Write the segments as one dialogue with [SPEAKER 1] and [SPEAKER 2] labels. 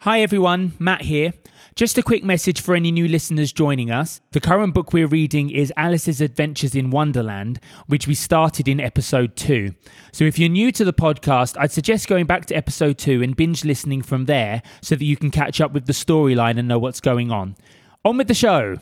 [SPEAKER 1] Hi everyone, Matt here. Just a quick message for any new listeners joining us. The current book we're reading is Alice's Adventures in Wonderland, which we started in episode 2. So if you're new to the podcast, I'd suggest going back to episode 2 and binge listening from there so that you can catch up with the storyline and know what's going on. On with the show.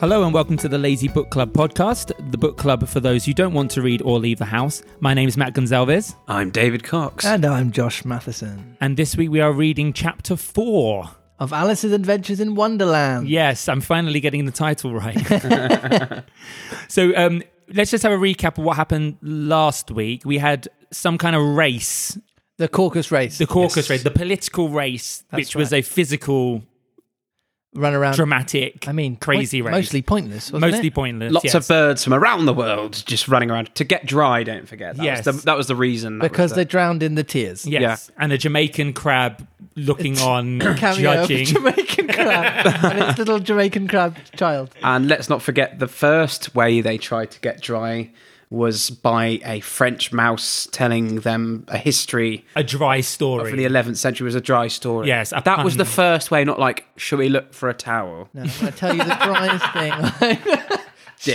[SPEAKER 1] Hello and welcome to the Lazy Book Club podcast, the book club for those who don't want to read or leave the house. My name is Matt Gonzalez,
[SPEAKER 2] I'm David Cox.
[SPEAKER 3] And I'm Josh Matheson
[SPEAKER 1] and this week we are reading chapter 4.
[SPEAKER 3] of Alice's Adventures in Wonderland.
[SPEAKER 1] Yes, I'm finally getting the title right. so um, let's just have a recap of what happened last week. We had some kind of race,
[SPEAKER 3] The caucus race.
[SPEAKER 1] the caucus
[SPEAKER 3] Yes.
[SPEAKER 1] race, the political race,
[SPEAKER 3] That's
[SPEAKER 1] which was a physical,
[SPEAKER 3] Run around.
[SPEAKER 1] dramatic,
[SPEAKER 3] I mean,
[SPEAKER 1] crazy
[SPEAKER 3] point-
[SPEAKER 1] race.
[SPEAKER 3] Mostly pointless. Wasn't
[SPEAKER 1] Mostly
[SPEAKER 3] it?
[SPEAKER 1] pointless.
[SPEAKER 2] Lots
[SPEAKER 1] yes.
[SPEAKER 2] of birds from around the world just running around to get dry. Don't forget. That
[SPEAKER 1] Yes.
[SPEAKER 2] was the, that was the reason. That
[SPEAKER 3] Because
[SPEAKER 2] was
[SPEAKER 3] they
[SPEAKER 2] the,
[SPEAKER 3] drowned in the tears.
[SPEAKER 1] Yes. And a Jamaican crab looking on,
[SPEAKER 3] Cameo of
[SPEAKER 1] judging.
[SPEAKER 3] Jamaican crab and its little Jamaican crab child.
[SPEAKER 2] and let's not forget the first way they tried to get dry was by a French mouse telling them a history
[SPEAKER 1] a dry
[SPEAKER 2] from
[SPEAKER 1] story.
[SPEAKER 2] the 11th century was a dry story.
[SPEAKER 1] Yes, a
[SPEAKER 2] that was
[SPEAKER 1] pun.
[SPEAKER 2] the first way. Not like should we look for a towel?
[SPEAKER 3] No, I tell you the driest thing.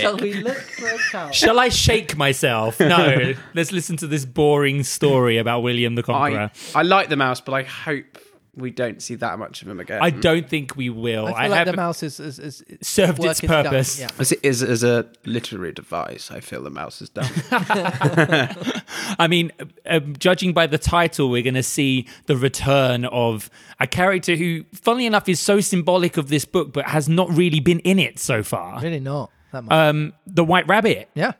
[SPEAKER 3] Shall we look for a towel?
[SPEAKER 1] Shall I shake myself? No. Let's listen to this boring story about William the Conqueror.
[SPEAKER 2] I I like the mouse, but I hope we don't see that much of him again.
[SPEAKER 1] I don't think we will.
[SPEAKER 3] I feel
[SPEAKER 1] I,
[SPEAKER 3] like
[SPEAKER 1] have
[SPEAKER 3] the mouse is, is, is is-
[SPEAKER 1] served
[SPEAKER 3] work
[SPEAKER 1] its
[SPEAKER 3] is done.
[SPEAKER 1] purpose.
[SPEAKER 3] Yeah.
[SPEAKER 2] as it is as a literary device, I feel the mouse is done.
[SPEAKER 1] I mean, uh, um, judging by the title, we're going to see the return of a character who, funnily enough, is so symbolic of this book, but has not really been in it so far.
[SPEAKER 3] Really not that much.
[SPEAKER 1] Um, the White Rabbit.
[SPEAKER 3] yeah.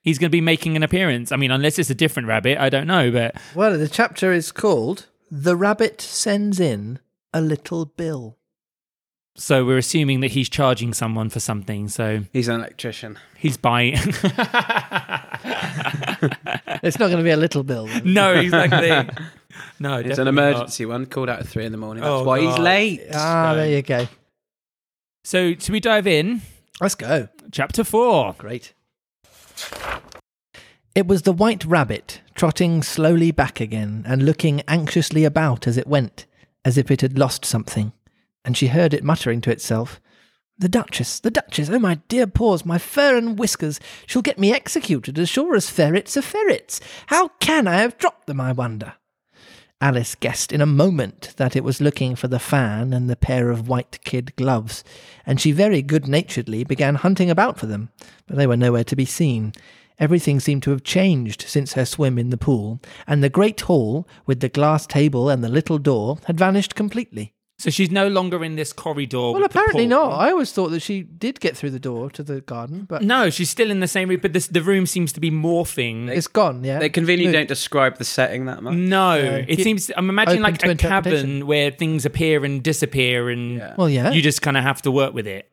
[SPEAKER 1] He's going to be making an appearance. I mean, unless it's a different rabbit, I don't know. But
[SPEAKER 3] Well, the chapter is called The Rabbit Sends In a Little Bill.
[SPEAKER 1] so we're assuming that he's charging someone for something. So
[SPEAKER 2] He's an electrician.
[SPEAKER 1] he's buying.
[SPEAKER 3] It's not going to be a little bill. then.
[SPEAKER 1] no, exactly. No,
[SPEAKER 2] It's an
[SPEAKER 1] definitely not.
[SPEAKER 2] emergency one. Called out at three in the morning. That's
[SPEAKER 1] Oh,
[SPEAKER 2] why he's
[SPEAKER 1] God.
[SPEAKER 2] late.
[SPEAKER 3] Ah, there you go.
[SPEAKER 1] So, should we dive in?
[SPEAKER 3] Let's go.
[SPEAKER 1] Chapter four.
[SPEAKER 3] Great. It was the white rabbit trotting slowly back again and looking anxiously about as it went, as if it had lost something. And she heard it muttering to itself, The Duchess, the Duchess, oh my dear paws, my fur and whiskers, she'll get me executed as sure as ferrets are ferrets. How can I have dropped them, I wonder? Alice guessed in a moment that it was looking for the fan and the pair of white kid gloves, and she very good naturedly began hunting about for them, but they were nowhere to be seen. Everything seemed to have changed since her swim in the pool, and the great hall, with the glass table and the little door, had vanished completely.
[SPEAKER 1] So she's no longer in this corridor.
[SPEAKER 3] Well,
[SPEAKER 1] with the
[SPEAKER 3] apparently
[SPEAKER 1] pool.
[SPEAKER 3] not. I always thought that she did get through the door to the garden, but
[SPEAKER 1] No, she's still in the same room, but this, the room seems to be morphing.
[SPEAKER 3] it's gone, yeah.
[SPEAKER 2] They conveniently don't describe the setting that
[SPEAKER 3] Mm.
[SPEAKER 2] much.
[SPEAKER 1] No, it
[SPEAKER 3] You-
[SPEAKER 1] seems. I'm imagining
[SPEAKER 3] open
[SPEAKER 1] like
[SPEAKER 3] to
[SPEAKER 1] a cabin
[SPEAKER 3] interpretation.
[SPEAKER 1] where things appear and disappear, and
[SPEAKER 2] Yeah.
[SPEAKER 3] Well, yeah. Hmm?
[SPEAKER 1] you just kind of have to work with it.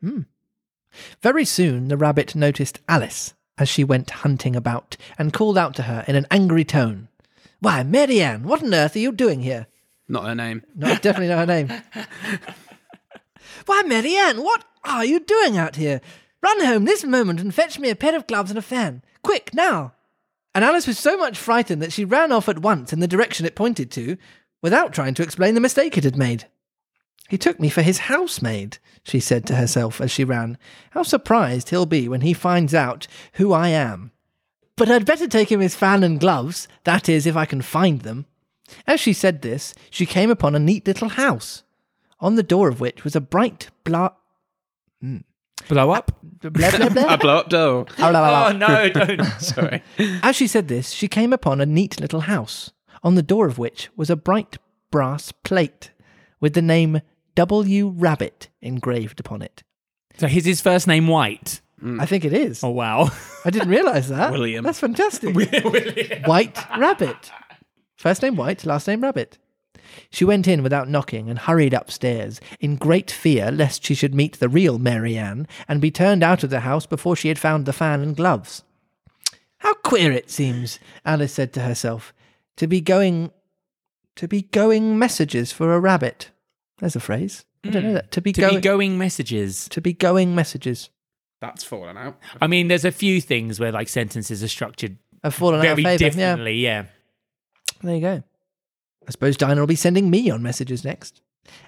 [SPEAKER 3] Very soon the rabbit noticed Alice as she went hunting about and called out to her in an angry tone. Why, Marianne, what on earth are you doing here?
[SPEAKER 2] Not her name.
[SPEAKER 3] No, I definitely know her name. Why, Marianne, what are you doing out here? Run home this moment and fetch me a pair of gloves and a fan. Quick, now. And Alice was so much frightened that she ran off at once in the direction it pointed to, without trying to explain the mistake it had made. He took me for his housemaid, she said to herself as she ran. How surprised he'll be when he finds out who I am. But I'd better take him his fan and gloves, that is, if I can find them. As she said this, she came upon a neat little house, on the door of which was a bright bla.
[SPEAKER 1] Blow up?
[SPEAKER 3] blah, blah, blah, blah,
[SPEAKER 2] I blow up doll.
[SPEAKER 3] blah, blah,
[SPEAKER 1] Oh
[SPEAKER 3] blah.
[SPEAKER 1] no, don't.
[SPEAKER 2] Sorry.
[SPEAKER 3] As she said this, she came upon a neat little house, on the door of which was a bright brass plate with the name W. Rabbit engraved upon it.
[SPEAKER 1] so his his first name White.
[SPEAKER 3] I think it is.
[SPEAKER 1] Oh wow,
[SPEAKER 3] I didn't realise that.
[SPEAKER 2] William.
[SPEAKER 3] That's fantastic. White Rabbit. First name White, last name Rabbit. She went in without knocking and hurried upstairs, in great fear lest she should meet the real Mary Ann and be turned out of the house before she had found the fan and gloves. How queer it seems, Alice said to herself, to be going to be going messages for a rabbit. There's a phrase. I don't know that. To be
[SPEAKER 1] to
[SPEAKER 3] going
[SPEAKER 1] be going messages.
[SPEAKER 3] to be going messages.
[SPEAKER 2] That's fallen out.
[SPEAKER 1] I mean, there's a few things where like sentences are structured
[SPEAKER 3] I've fallen out
[SPEAKER 1] very
[SPEAKER 3] of favour. Yeah,
[SPEAKER 1] differently. Yeah.
[SPEAKER 3] there you go. I suppose Dinah will be sending me on messages next.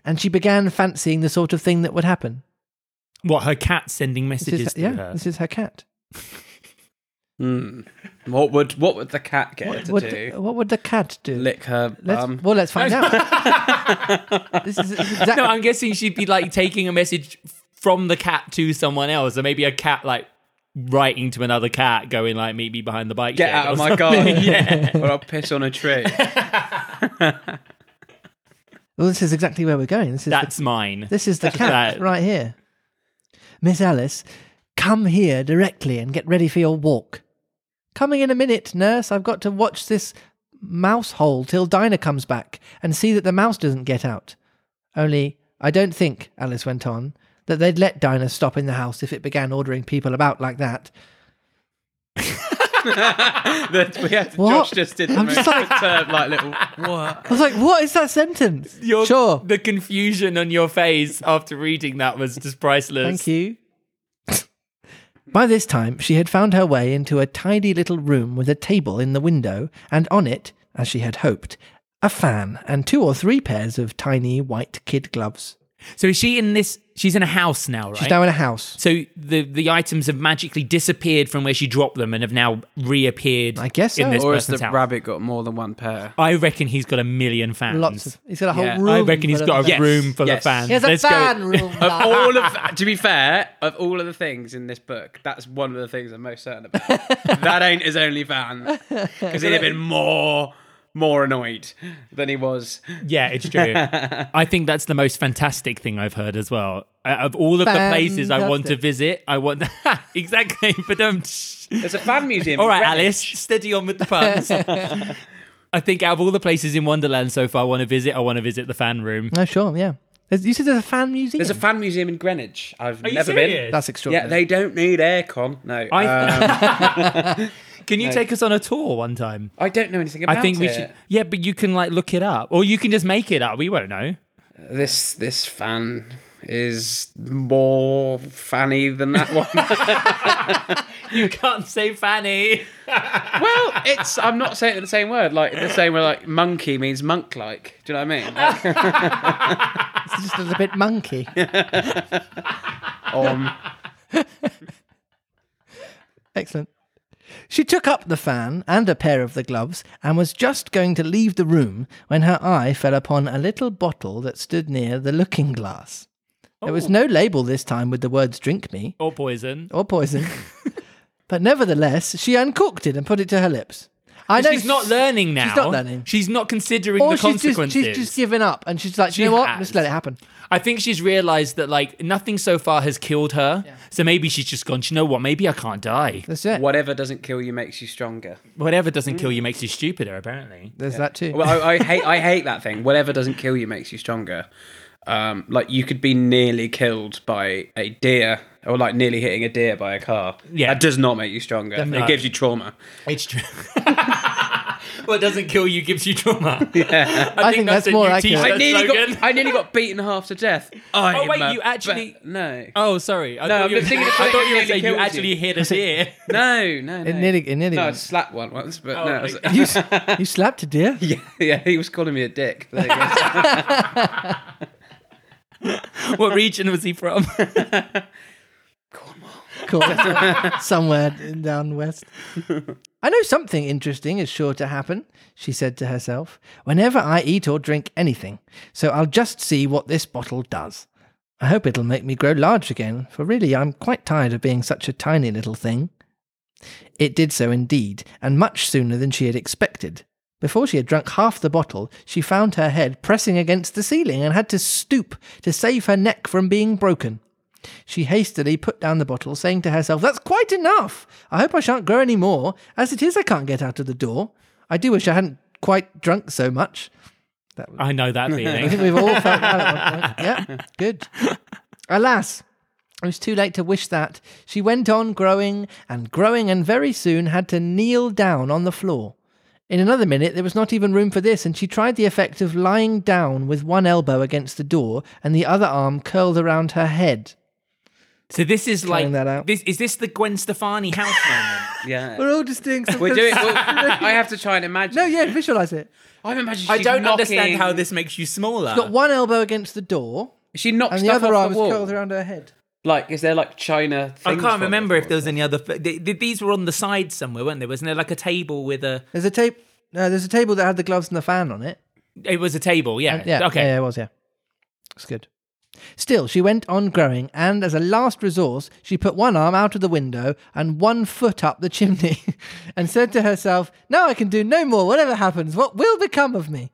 [SPEAKER 3] And she began fancying the sort of thing that would happen.
[SPEAKER 1] What her cat sending
[SPEAKER 3] This
[SPEAKER 1] messages
[SPEAKER 3] is,
[SPEAKER 1] to
[SPEAKER 3] yeah,
[SPEAKER 1] her?
[SPEAKER 3] this is her cat.
[SPEAKER 2] Hmm. What would what would the cat get her to
[SPEAKER 3] What,
[SPEAKER 2] do?
[SPEAKER 3] what would the cat do?
[SPEAKER 2] Lick her
[SPEAKER 3] Let's,
[SPEAKER 2] bum.
[SPEAKER 3] well, let's find out. this is exactly.
[SPEAKER 1] no, I'm guessing she'd be like taking a message from the cat to someone else, or maybe a cat like writing to another cat, going like, "Meet me behind the bike."
[SPEAKER 2] Get
[SPEAKER 1] shed,"
[SPEAKER 2] out
[SPEAKER 1] or
[SPEAKER 2] of my
[SPEAKER 1] something.
[SPEAKER 2] garden.
[SPEAKER 1] yeah.
[SPEAKER 2] Or I'll piss on a tree.
[SPEAKER 3] well, this is exactly where we're going. This is the
[SPEAKER 1] That's mine.
[SPEAKER 3] This is the cat
[SPEAKER 1] that.
[SPEAKER 3] right here. Miss Alice, come here directly and get ready for your walk. Coming in a minute, nurse. I've got to watch this mouse hole till Dinah comes back and see that the mouse doesn't get out. Only, I don't think, Alice went on, that they'd let Dinah stop in the house if it began ordering people about like that.
[SPEAKER 2] that we had
[SPEAKER 3] What?
[SPEAKER 2] Josh just did
[SPEAKER 3] I'm
[SPEAKER 2] the
[SPEAKER 3] just
[SPEAKER 2] most
[SPEAKER 3] like-
[SPEAKER 2] perturbed, like little what?
[SPEAKER 3] I was like, what is that sentence?
[SPEAKER 1] Your-
[SPEAKER 3] sure.
[SPEAKER 1] The confusion on your face after reading that was just priceless.
[SPEAKER 3] Thank you. By this time, she had found her way into a tidy little room with a table in the window, and on it, as she had hoped, a fan and two or three pairs of tiny white kid gloves.
[SPEAKER 1] So is she in this? She's in a house now, right?
[SPEAKER 3] She's now in a house,
[SPEAKER 1] so the the items have magically disappeared from where she dropped them and have now reappeared.
[SPEAKER 3] I guess so.
[SPEAKER 1] in this
[SPEAKER 2] Or has
[SPEAKER 1] person's
[SPEAKER 2] the
[SPEAKER 1] house.
[SPEAKER 2] rabbit got more than one pair?
[SPEAKER 1] I reckon he's got a million fans.
[SPEAKER 3] Lots of. He's got a whole
[SPEAKER 2] Yeah, I
[SPEAKER 3] room.
[SPEAKER 1] I reckon he's
[SPEAKER 3] full
[SPEAKER 1] got
[SPEAKER 3] of
[SPEAKER 1] a
[SPEAKER 3] fans.
[SPEAKER 1] room full
[SPEAKER 2] Yes.
[SPEAKER 1] of fans.
[SPEAKER 3] He has a
[SPEAKER 1] Let's
[SPEAKER 3] fan
[SPEAKER 1] go.
[SPEAKER 3] room.
[SPEAKER 2] Of
[SPEAKER 3] now.
[SPEAKER 2] all of, to be fair, of all of the things in this book, that's one of the things I'm most certain about. that ain't his only fan because he'd have been more, more annoyed than he was.
[SPEAKER 1] Yeah, it's true. I think that's the most fantastic thing I've heard as well. Uh, Of all of the places I want to
[SPEAKER 3] Fantastic.
[SPEAKER 1] visit, I want exactly. But um,
[SPEAKER 2] There's a fan museum.
[SPEAKER 1] all right,
[SPEAKER 2] in
[SPEAKER 1] Alice,
[SPEAKER 2] Greenwich.
[SPEAKER 1] steady on with the puns. I think out of all the places in Wonderland so far I want to visit, I want to visit the fan room.
[SPEAKER 3] No, Oh, sure, yeah. There's, you said there's a fan museum.
[SPEAKER 2] There's a fan museum in Greenwich. I've never been.
[SPEAKER 3] That's
[SPEAKER 2] Yeah,
[SPEAKER 3] extraordinary.
[SPEAKER 2] they don't need aircon. No,
[SPEAKER 1] I-
[SPEAKER 2] I, um,
[SPEAKER 1] Can you take us on a tour one time?
[SPEAKER 2] I don't know anything about
[SPEAKER 1] I
[SPEAKER 2] it.
[SPEAKER 1] think we should. Yeah, but you can like look it up, or you can just make it up. We won't know.
[SPEAKER 2] This this fan is more fanny than that one.
[SPEAKER 1] You can't say Fanny.
[SPEAKER 2] well, it's I'm not saying it in the same word. Like the same way, like monkey means monk-like. Do you know what I mean? Like,
[SPEAKER 3] It's just a little bit monkey.
[SPEAKER 2] um,
[SPEAKER 3] Excellent. She took up the fan and a pair of the gloves and was just going to leave the room when her eye fell upon a little bottle that stood near the looking glass. There
[SPEAKER 1] Oh.
[SPEAKER 3] was no label this time with the words drink me
[SPEAKER 1] Or poison.
[SPEAKER 3] or poison, but nevertheless, she uncorked it and put it to her lips. I know
[SPEAKER 1] she's not learning now.
[SPEAKER 3] She's not learning.
[SPEAKER 1] She's not considering
[SPEAKER 3] Or
[SPEAKER 1] the
[SPEAKER 3] she's just,
[SPEAKER 1] consequences.
[SPEAKER 3] she's just given up and she's like,
[SPEAKER 1] She
[SPEAKER 3] you know what?
[SPEAKER 1] has.
[SPEAKER 3] Just let it happen.
[SPEAKER 1] I think she's realized that like nothing so far has killed her. So maybe she's just gone, "Do you know what? Maybe I can't die.
[SPEAKER 3] That's it.
[SPEAKER 2] whatever doesn't kill you makes you stronger.
[SPEAKER 1] Whatever doesn't kill you makes you stupider, apparently.
[SPEAKER 3] There's that too.
[SPEAKER 2] Well, I, I hate I hate that thing. Whatever doesn't kill you makes you stronger. Um, like you could be nearly killed by a deer, or like nearly hitting a deer by a car.
[SPEAKER 1] Yeah.
[SPEAKER 2] that does not make you stronger.
[SPEAKER 1] Definitely.
[SPEAKER 2] It gives you trauma.
[SPEAKER 1] It's true. what doesn't kill you gives you trauma. I,
[SPEAKER 3] think that's more
[SPEAKER 1] new
[SPEAKER 3] accurate. I
[SPEAKER 2] I
[SPEAKER 1] t-shirt
[SPEAKER 2] nearly
[SPEAKER 1] slogan.
[SPEAKER 2] got I nearly got beaten half to death. I
[SPEAKER 1] Oh, wait,
[SPEAKER 2] am a
[SPEAKER 1] you actually-
[SPEAKER 2] be- no.
[SPEAKER 1] Oh, sorry. I
[SPEAKER 2] No,
[SPEAKER 1] thought
[SPEAKER 2] I'm
[SPEAKER 1] you were
[SPEAKER 2] just thinking of
[SPEAKER 1] I thought you were
[SPEAKER 2] something that
[SPEAKER 1] saying you
[SPEAKER 2] nearly kills
[SPEAKER 1] actually
[SPEAKER 2] you.
[SPEAKER 1] hit a deer.
[SPEAKER 2] No, no, no.
[SPEAKER 3] It nearly- it nearly
[SPEAKER 2] no, I
[SPEAKER 3] went.
[SPEAKER 2] slapped one once, but
[SPEAKER 1] Oh,
[SPEAKER 2] no. it was-
[SPEAKER 1] okay.
[SPEAKER 3] you, s- you slapped a deer?
[SPEAKER 2] yeah, yeah, he was calling me a dick. There you go.
[SPEAKER 1] what region was he from?
[SPEAKER 3] Cornwall, somewhere down west. I know something interesting is sure to happen, she said to herself, whenever I eat or drink anything, so I'll just see what this bottle does. I hope it'll make me grow large again, for really I'm quite tired of being such a tiny little thing. It did so indeed, and much sooner than she had expected. Before she had drunk half the bottle, she found her head pressing against the ceiling and had to stoop to save her neck from being broken. She hastily put down the bottle, saying to herself, That's quite enough. I hope I shan't grow any more. As it is, I can't get out of the door. I do wish I hadn't quite drunk so much.
[SPEAKER 1] I know that
[SPEAKER 3] I
[SPEAKER 1] feeling.
[SPEAKER 3] think we've all felt that at one point. Yeah, good. Alas, it was too late to wish that. She went on growing and growing, and very soon had to kneel down on the floor. In another minute, there was not even room for this, and she tried the effect of lying down with one elbow against the door and the other arm curled around her head.
[SPEAKER 4] So this is like
[SPEAKER 3] that out.
[SPEAKER 4] this is this the Gwen Stefani house moment?
[SPEAKER 2] Yeah.
[SPEAKER 3] We're all just doing something.
[SPEAKER 2] We're doing. Well, I have to try and imagine.
[SPEAKER 3] no, yeah, visualize it.
[SPEAKER 2] I'm imagining.
[SPEAKER 4] I
[SPEAKER 2] she's
[SPEAKER 4] don't
[SPEAKER 2] knocking-
[SPEAKER 4] understand how this makes you smaller.
[SPEAKER 3] Got one elbow against the door,
[SPEAKER 2] She knocks
[SPEAKER 3] and
[SPEAKER 2] stuff
[SPEAKER 3] the other
[SPEAKER 2] off
[SPEAKER 3] arm
[SPEAKER 2] the
[SPEAKER 3] was
[SPEAKER 2] wall.
[SPEAKER 3] curled around her head.
[SPEAKER 2] Like, is there like China?
[SPEAKER 4] I
[SPEAKER 2] Things
[SPEAKER 4] can't
[SPEAKER 2] for
[SPEAKER 4] remember
[SPEAKER 2] it?
[SPEAKER 4] if there was any other. Th- th- these were on the side somewhere, weren't they? Wasn't there like a table with a?
[SPEAKER 3] There's a tape. No, there's a table that had the gloves and the fan on it.
[SPEAKER 4] It was a table, yeah.
[SPEAKER 3] Uh, Yeah.
[SPEAKER 4] okay.
[SPEAKER 3] Yeah, yeah, it was, yeah. It's good. Still, she went on growing, and as a last resource, she put one arm out of the window and one foot up the chimney and said to herself, Now I can do no more. Whatever happens, what will become of me?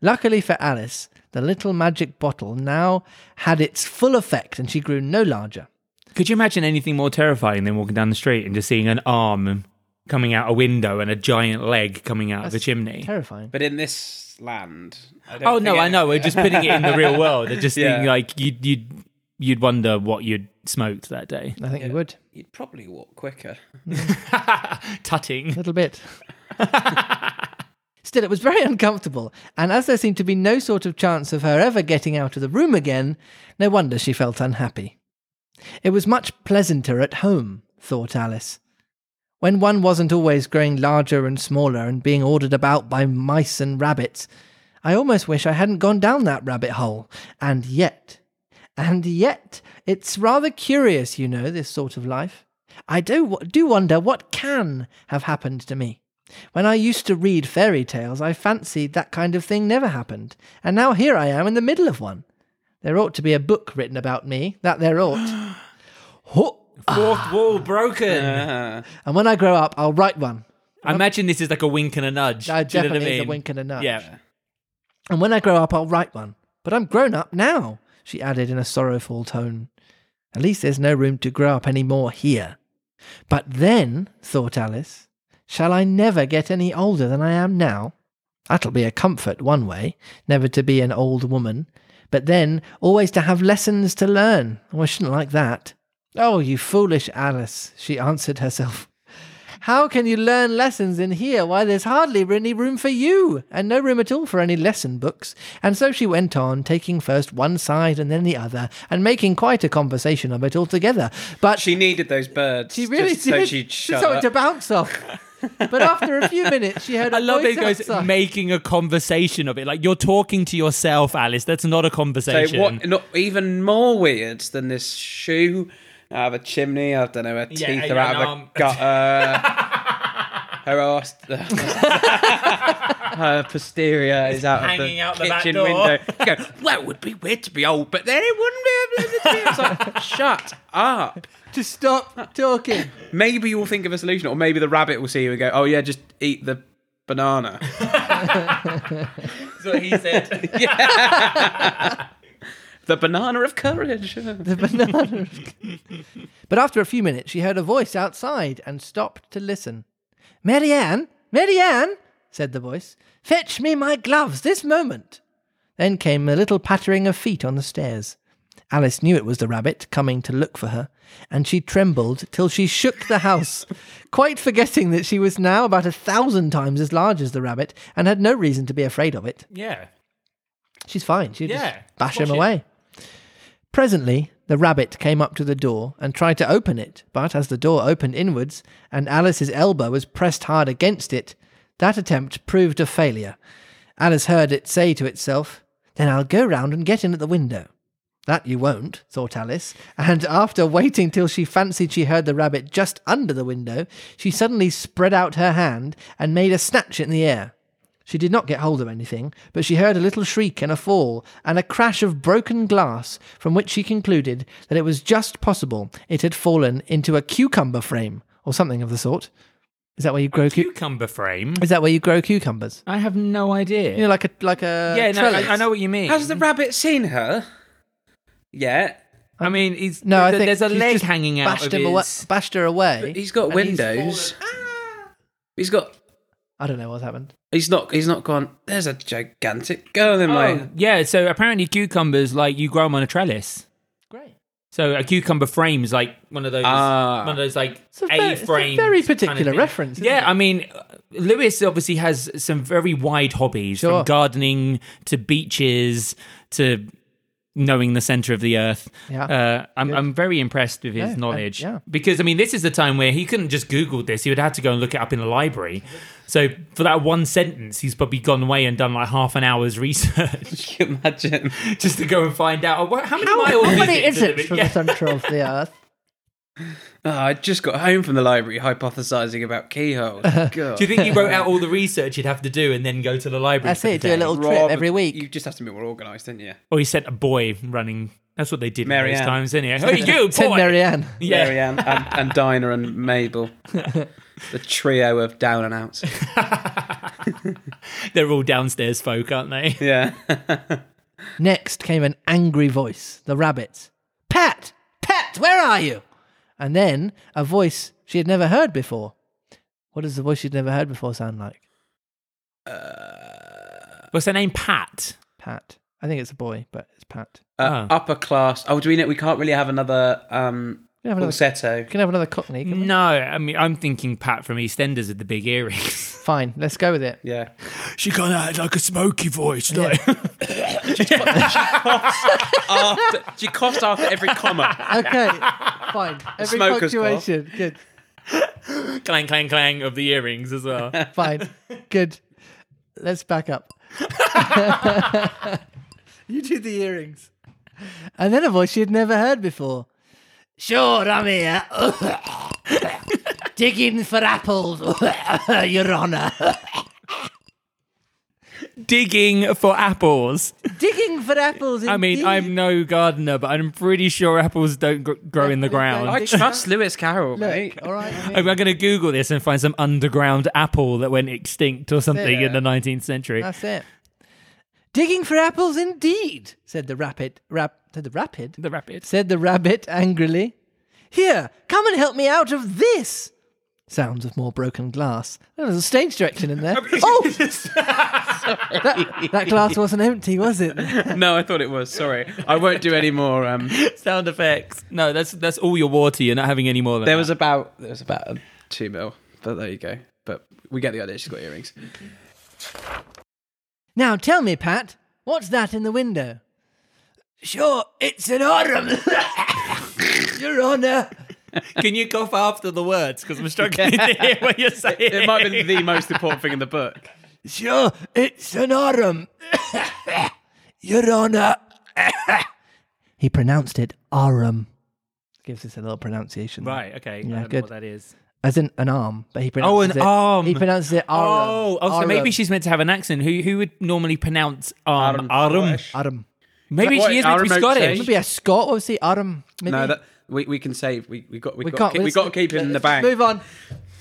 [SPEAKER 3] Luckily for Alice, the little magic bottle now had its full effect and she grew no larger.
[SPEAKER 1] Could you imagine anything more terrifying than walking down the street and just seeing an arm coming out a window and a giant leg coming out of the chimney?
[SPEAKER 3] Terrifying.
[SPEAKER 2] But in this land. I don't
[SPEAKER 4] Oh no,
[SPEAKER 2] think
[SPEAKER 4] I
[SPEAKER 2] it-
[SPEAKER 4] know. We're just putting it in the real world. I just
[SPEAKER 2] Yeah.
[SPEAKER 1] Being Like you'd you'd you'd wonder what you'd smoked that day.
[SPEAKER 3] I think you would.
[SPEAKER 2] You'd probably walk quicker.
[SPEAKER 4] tutting.
[SPEAKER 3] little bit. Still, it was very uncomfortable, and as there seemed to be no sort of chance of her ever getting out of the room again, no wonder she felt unhappy. It was much pleasanter at home, thought Alice. When one wasn't always growing larger and smaller and being ordered about by mice and rabbits, I almost wish I hadn't gone down that rabbit hole. And yet, and yet, it's rather curious, you know, this sort of life. I do, do wonder what can have happened to me. When I used to read fairy tales, I fancied that kind of thing never happened. And now here I am in the middle of one. There ought to be a book written about me, that there ought. Ho-
[SPEAKER 4] Fourth wall broken.
[SPEAKER 2] Uh-huh.
[SPEAKER 3] And when I grow up, I'll write one.
[SPEAKER 4] I imagine this is like a wink and a nudge.
[SPEAKER 3] I
[SPEAKER 4] Do you know
[SPEAKER 3] Uh, definitely
[SPEAKER 4] what I
[SPEAKER 3] is a
[SPEAKER 4] mean?
[SPEAKER 3] wink and a nudge.
[SPEAKER 4] Yeah.
[SPEAKER 3] And when I grow up, I'll write one. But I'm grown up now, she added in a sorrowful tone. At least there's no room to grow up any more here. But then, thought Alice, shall I never get any older than I am now? That'll be a comfort one way, never to be an old woman. But then, always to have lessons to learn. Oh, I shouldn't like that. Oh, you foolish Alice, she answered herself. How can you learn lessons in here? Why, there's hardly any room for you, and no room at all for any lesson books. And so she went on, taking first one side and then the other, and making quite a conversation of it altogether. But
[SPEAKER 2] She needed those birds.
[SPEAKER 3] she really
[SPEAKER 2] just So
[SPEAKER 3] did.
[SPEAKER 2] she'd
[SPEAKER 3] She
[SPEAKER 2] shut
[SPEAKER 3] something
[SPEAKER 2] up.
[SPEAKER 3] to bounce off. but after a few minutes, she heard. a
[SPEAKER 4] I love
[SPEAKER 3] voice
[SPEAKER 4] these guys
[SPEAKER 3] outside.
[SPEAKER 4] making a conversation of it. Like you're talking to yourself, Alice. That's not a
[SPEAKER 2] So
[SPEAKER 4] conversation.
[SPEAKER 2] what? Not even more weird than this shoe out of a chimney. I don't know. Her teeth
[SPEAKER 4] Yeah,
[SPEAKER 2] are
[SPEAKER 4] yeah,
[SPEAKER 2] out
[SPEAKER 4] no,
[SPEAKER 2] of
[SPEAKER 4] um,
[SPEAKER 2] a gutter. her ass. her posterior is out
[SPEAKER 4] Hanging out
[SPEAKER 2] of
[SPEAKER 4] the
[SPEAKER 2] the
[SPEAKER 4] back
[SPEAKER 2] kitchen
[SPEAKER 4] door.
[SPEAKER 2] window. You Go, well, it would be weird to be old, but then it wouldn't be. able to It's like, shut up.
[SPEAKER 3] Just stop talking.
[SPEAKER 2] Maybe you'll think of a solution, or maybe the rabbit will see you and go, "Oh yeah, just eat the banana."
[SPEAKER 4] That's what he said.
[SPEAKER 2] the banana of courage.
[SPEAKER 3] the banana. but after a few minutes, she heard a voice outside and stopped to listen. Marianne, Marianne, said the voice, fetch me my gloves this moment. Then came a little pattering of feet on the stairs. Alice knew it was the rabbit coming to look for her, and she trembled till she shook the house, quite forgetting that she was now about a thousand times as large as the rabbit and had no reason to be afraid of it.
[SPEAKER 4] yeah.
[SPEAKER 3] She's fine. She'll
[SPEAKER 4] Yeah,
[SPEAKER 3] just bash
[SPEAKER 4] squash
[SPEAKER 3] him
[SPEAKER 4] it.
[SPEAKER 3] away. Presently, the rabbit came up to the door and tried to open it, but as the door opened inwards and Alice's elbow was pressed hard against it, that attempt proved a failure. Alice heard it say to itself, Then I'll go round and get in at the window. That you won't, thought Alice, and after waiting till she fancied she heard the rabbit just under the window, she suddenly spread out her hand and made a snatch in the air. She did not get hold of anything, but she heard a little shriek and a fall, and a crash of broken glass, from which she concluded that it was just possible it had fallen into a cucumber frame or something of the sort. Is that where you grow? Cu-
[SPEAKER 4] Cucumber frame.
[SPEAKER 3] is that where you grow cucumbers?
[SPEAKER 1] I have no idea.
[SPEAKER 3] You know, like a like a
[SPEAKER 1] yeah, no,
[SPEAKER 3] trellis.
[SPEAKER 1] I, I know what you mean.
[SPEAKER 2] Has the rabbit seen her? Yeah.
[SPEAKER 1] I mean, he's
[SPEAKER 3] No, I
[SPEAKER 4] There-
[SPEAKER 3] think
[SPEAKER 4] there's a
[SPEAKER 3] she's
[SPEAKER 4] leg
[SPEAKER 3] just
[SPEAKER 4] hanging out
[SPEAKER 3] Bashed
[SPEAKER 4] of
[SPEAKER 3] him awa-
[SPEAKER 4] his-
[SPEAKER 3] bashed her away.
[SPEAKER 2] He's got
[SPEAKER 3] and he's
[SPEAKER 2] windows. Ah.
[SPEAKER 3] fallen.
[SPEAKER 2] He's got.
[SPEAKER 3] I don't know what's happened.
[SPEAKER 2] He's not. He's not gone. There's a gigantic girl in my.
[SPEAKER 4] Oh, yeah. So apparently cucumbers, like you grow them on a trellis.
[SPEAKER 3] Great.
[SPEAKER 4] So a cucumber frame is like one of those,
[SPEAKER 2] Ah.
[SPEAKER 4] one of those like
[SPEAKER 3] It's a very- it's a
[SPEAKER 4] frame.
[SPEAKER 3] very particular reference, isn't
[SPEAKER 4] Yeah,
[SPEAKER 3] it?
[SPEAKER 4] I mean, Lewis obviously has some very wide hobbies
[SPEAKER 3] Sure.
[SPEAKER 4] from gardening to beaches to
[SPEAKER 1] knowing the center of the earth.
[SPEAKER 3] Yeah.
[SPEAKER 1] Uh, I'm, I'm very impressed with
[SPEAKER 3] No,
[SPEAKER 1] his
[SPEAKER 3] and-
[SPEAKER 1] knowledge.
[SPEAKER 3] yeah.
[SPEAKER 1] Because, I mean, this is the time where he couldn't just Google this, he would have to go and look it up in the library. So, for that one sentence, he's probably gone away and done like half an hour's research
[SPEAKER 3] Oh.
[SPEAKER 2] Can you imagine?
[SPEAKER 1] just to go and find out oh, what, how many miles
[SPEAKER 3] How many
[SPEAKER 1] is
[SPEAKER 3] is
[SPEAKER 1] it?
[SPEAKER 3] it
[SPEAKER 1] to the-
[SPEAKER 3] from
[SPEAKER 1] yeah.
[SPEAKER 3] the center of the earth?
[SPEAKER 2] Oh, I just got home from the library hypothesizing about keyholes. God.
[SPEAKER 1] Do you think he wrote out all the research he'd have to do and then go to the library?
[SPEAKER 3] That's
[SPEAKER 1] for the
[SPEAKER 3] it, do a
[SPEAKER 1] day?
[SPEAKER 3] little trip
[SPEAKER 2] Rather-
[SPEAKER 3] every week.
[SPEAKER 2] You just have to be more organized, didn't you?
[SPEAKER 1] Or he sent a boy running. That's what they did in those
[SPEAKER 2] Marianne.
[SPEAKER 1] times, didn't he? Hey, you,
[SPEAKER 3] Send
[SPEAKER 1] boy!
[SPEAKER 3] Marianne.
[SPEAKER 1] Yeah.
[SPEAKER 2] Mary Ann and, and Dinah and Mabel. the trio of down and outs.
[SPEAKER 1] They're all downstairs folk, aren't they?
[SPEAKER 2] Yeah. Uh,
[SPEAKER 3] Next came an angry voice, the rabbit's. Pat! Pat, where are you? And then a voice she had never heard before. What does the voice she'd never heard before sound like?
[SPEAKER 1] What's her name? Pat.
[SPEAKER 3] Pat. I think it's a boy, but it's Pat.
[SPEAKER 2] Uh,
[SPEAKER 1] Oh.
[SPEAKER 2] Upper class. Oh, do we know? We can't really have another um,
[SPEAKER 3] We can have another,
[SPEAKER 2] falsetto.
[SPEAKER 3] we can have another cockney. can we?
[SPEAKER 1] No, I mean, I'm thinking Pat from EastEnders with the big earrings.
[SPEAKER 3] Fine, let's go with it.
[SPEAKER 2] Yeah.
[SPEAKER 1] She kind of had like a smoky voice.
[SPEAKER 2] after, she coughs after every comma.
[SPEAKER 3] Okay, fine. Every
[SPEAKER 2] smoker's
[SPEAKER 3] punctuation. Good.
[SPEAKER 1] clang, clang, clang of the earrings as well.
[SPEAKER 3] Fine. Good. Let's back up. you do the earrings. And then a voice she had never heard before. Sure, I'm here. Digging for apples, Your Honour.
[SPEAKER 1] Digging for apples.
[SPEAKER 3] Digging for apples.
[SPEAKER 1] I mean, I'm no gardener, but I'm pretty sure apples don't gr- grow in the ground.
[SPEAKER 2] I trust Lewis Carroll, mate.
[SPEAKER 3] Look, all right. I mean,
[SPEAKER 1] I'm going to Google this and find some underground apple that went extinct or something in the 19th century.
[SPEAKER 3] that's it. Digging for apples, indeed," said the rapid. Rap, said the rapid.
[SPEAKER 1] The rabbit.
[SPEAKER 3] said the rabbit angrily. Here, come and help me out of this. Sounds of more broken glass. There was a stage direction in there. oh! that, that glass wasn't empty, was it?
[SPEAKER 2] No, I thought it was. Sorry, I won't do any more. Um,
[SPEAKER 1] Sound effects. No, that's that's all your water. You're not having any more than
[SPEAKER 2] there was about there was about um, two mil, but there you go. But we get the idea. She's got earrings.
[SPEAKER 3] Now tell me, Pat, what's that in the window? Sure, it's an autumn. Your Honour.
[SPEAKER 1] that. Can you cough after the words? Because I'm struggling to hear what you're saying.
[SPEAKER 2] It might have been the most important thing in the book.
[SPEAKER 3] Sure, it's an autumn. Your Honour. he pronounced it arum. Gives us a little pronunciation. there.
[SPEAKER 1] Right, okay.
[SPEAKER 3] Yeah,
[SPEAKER 1] I don't
[SPEAKER 3] good.
[SPEAKER 1] know what that is.
[SPEAKER 3] as in an arm, but he pronounces
[SPEAKER 1] Oh, an
[SPEAKER 3] it,
[SPEAKER 1] arm.
[SPEAKER 3] He pronounces it arm.
[SPEAKER 1] Oh, oh so maybe she's meant to have an accent. Who who would normally pronounce um,
[SPEAKER 2] Arum.
[SPEAKER 1] arum?
[SPEAKER 3] arm.
[SPEAKER 1] Maybe
[SPEAKER 2] What,
[SPEAKER 1] she is meant to be
[SPEAKER 2] Arum
[SPEAKER 1] Scottish.
[SPEAKER 2] Oakshire?
[SPEAKER 3] Maybe a Scot. What was he? Arm. Maybe.
[SPEAKER 2] No, that we, we can save. We we got we,
[SPEAKER 3] we
[SPEAKER 2] got
[SPEAKER 3] can't.
[SPEAKER 2] keep, we
[SPEAKER 3] let's-
[SPEAKER 2] got to keep it in the
[SPEAKER 3] let's
[SPEAKER 2] bank.
[SPEAKER 3] Move on.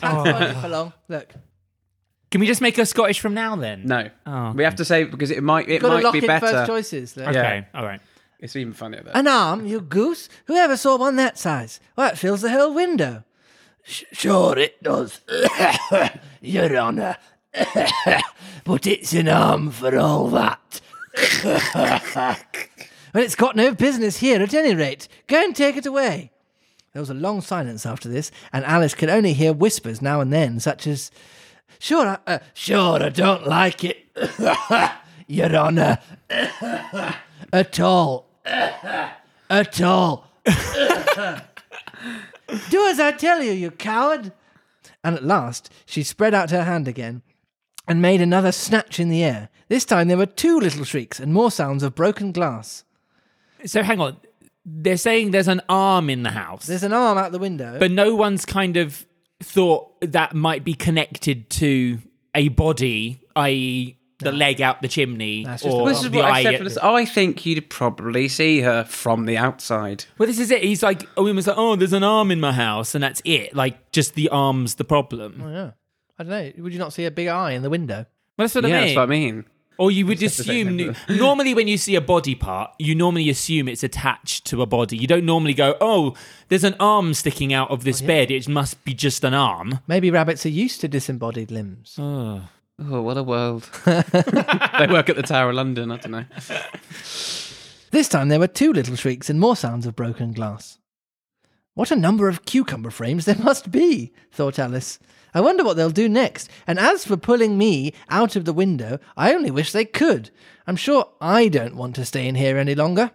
[SPEAKER 1] Oh.
[SPEAKER 3] That's fine for long. Look,
[SPEAKER 1] Can we just make her Scottish from now then?
[SPEAKER 2] No,
[SPEAKER 1] Oh,
[SPEAKER 2] we have to save because it might it
[SPEAKER 3] got to
[SPEAKER 2] might
[SPEAKER 3] lock
[SPEAKER 2] be
[SPEAKER 3] in first
[SPEAKER 2] better.
[SPEAKER 3] choices. Look.
[SPEAKER 1] Okay,
[SPEAKER 2] Yeah.
[SPEAKER 1] all right.
[SPEAKER 2] It's even funnier though.
[SPEAKER 3] An arm, you goose. Whoever saw one that size? Well, it fills the whole window. Sh- sure, it does, Your Honour. but it's an arm for all that. well, it's got no business here at any rate. Go and take it away. There was a long silence after this, and Alice could only hear whispers now and then, such as, Sure, I, uh, sure, I don't like it, Your Honour. at all. at all. Do as I tell you, you coward. And at last, she spread out her hand again and made another snatch in the air. This time there were two little shrieks and more sounds of broken glass.
[SPEAKER 1] So hang on. They're saying there's an arm in the house,
[SPEAKER 3] There's an arm out the window.
[SPEAKER 1] but no one's kind of thought that might be connected to a body, i.e., the leg out the chimney
[SPEAKER 3] just
[SPEAKER 1] or
[SPEAKER 3] a-
[SPEAKER 2] This is
[SPEAKER 1] the
[SPEAKER 2] what I
[SPEAKER 1] eye.
[SPEAKER 2] said
[SPEAKER 1] at
[SPEAKER 2] for
[SPEAKER 1] the-
[SPEAKER 2] this. I think you'd probably see her from the outside.
[SPEAKER 1] Well, this is it. He's like, oh, he was like, oh, there's an arm in my house, and that's it. Like, just the arm's the problem. Well,
[SPEAKER 3] Oh, yeah. I don't know. Would you not see a big eye in the window?
[SPEAKER 1] that's what
[SPEAKER 2] yeah,
[SPEAKER 1] I mean.
[SPEAKER 2] that's what I mean.
[SPEAKER 1] Or you would
[SPEAKER 2] the same
[SPEAKER 1] assume
[SPEAKER 2] thing,
[SPEAKER 1] normally when you see a body part, you normally assume it's attached to a body. You don't normally go, oh, there's an arm sticking out of
[SPEAKER 3] Oh,
[SPEAKER 1] this bed. It must be just an arm.
[SPEAKER 3] Maybe rabbits are used to disembodied limbs.
[SPEAKER 2] Oh, what a world! they work at the Tower of London. I don't know.
[SPEAKER 3] This time there were two little shrieks and more sounds of broken glass. What a number of cucumber frames there must be, thought Alice. I wonder what they'll do next. And as for pulling me out of the window, I only wish they could. I'm sure I don't want to stay in here any longer.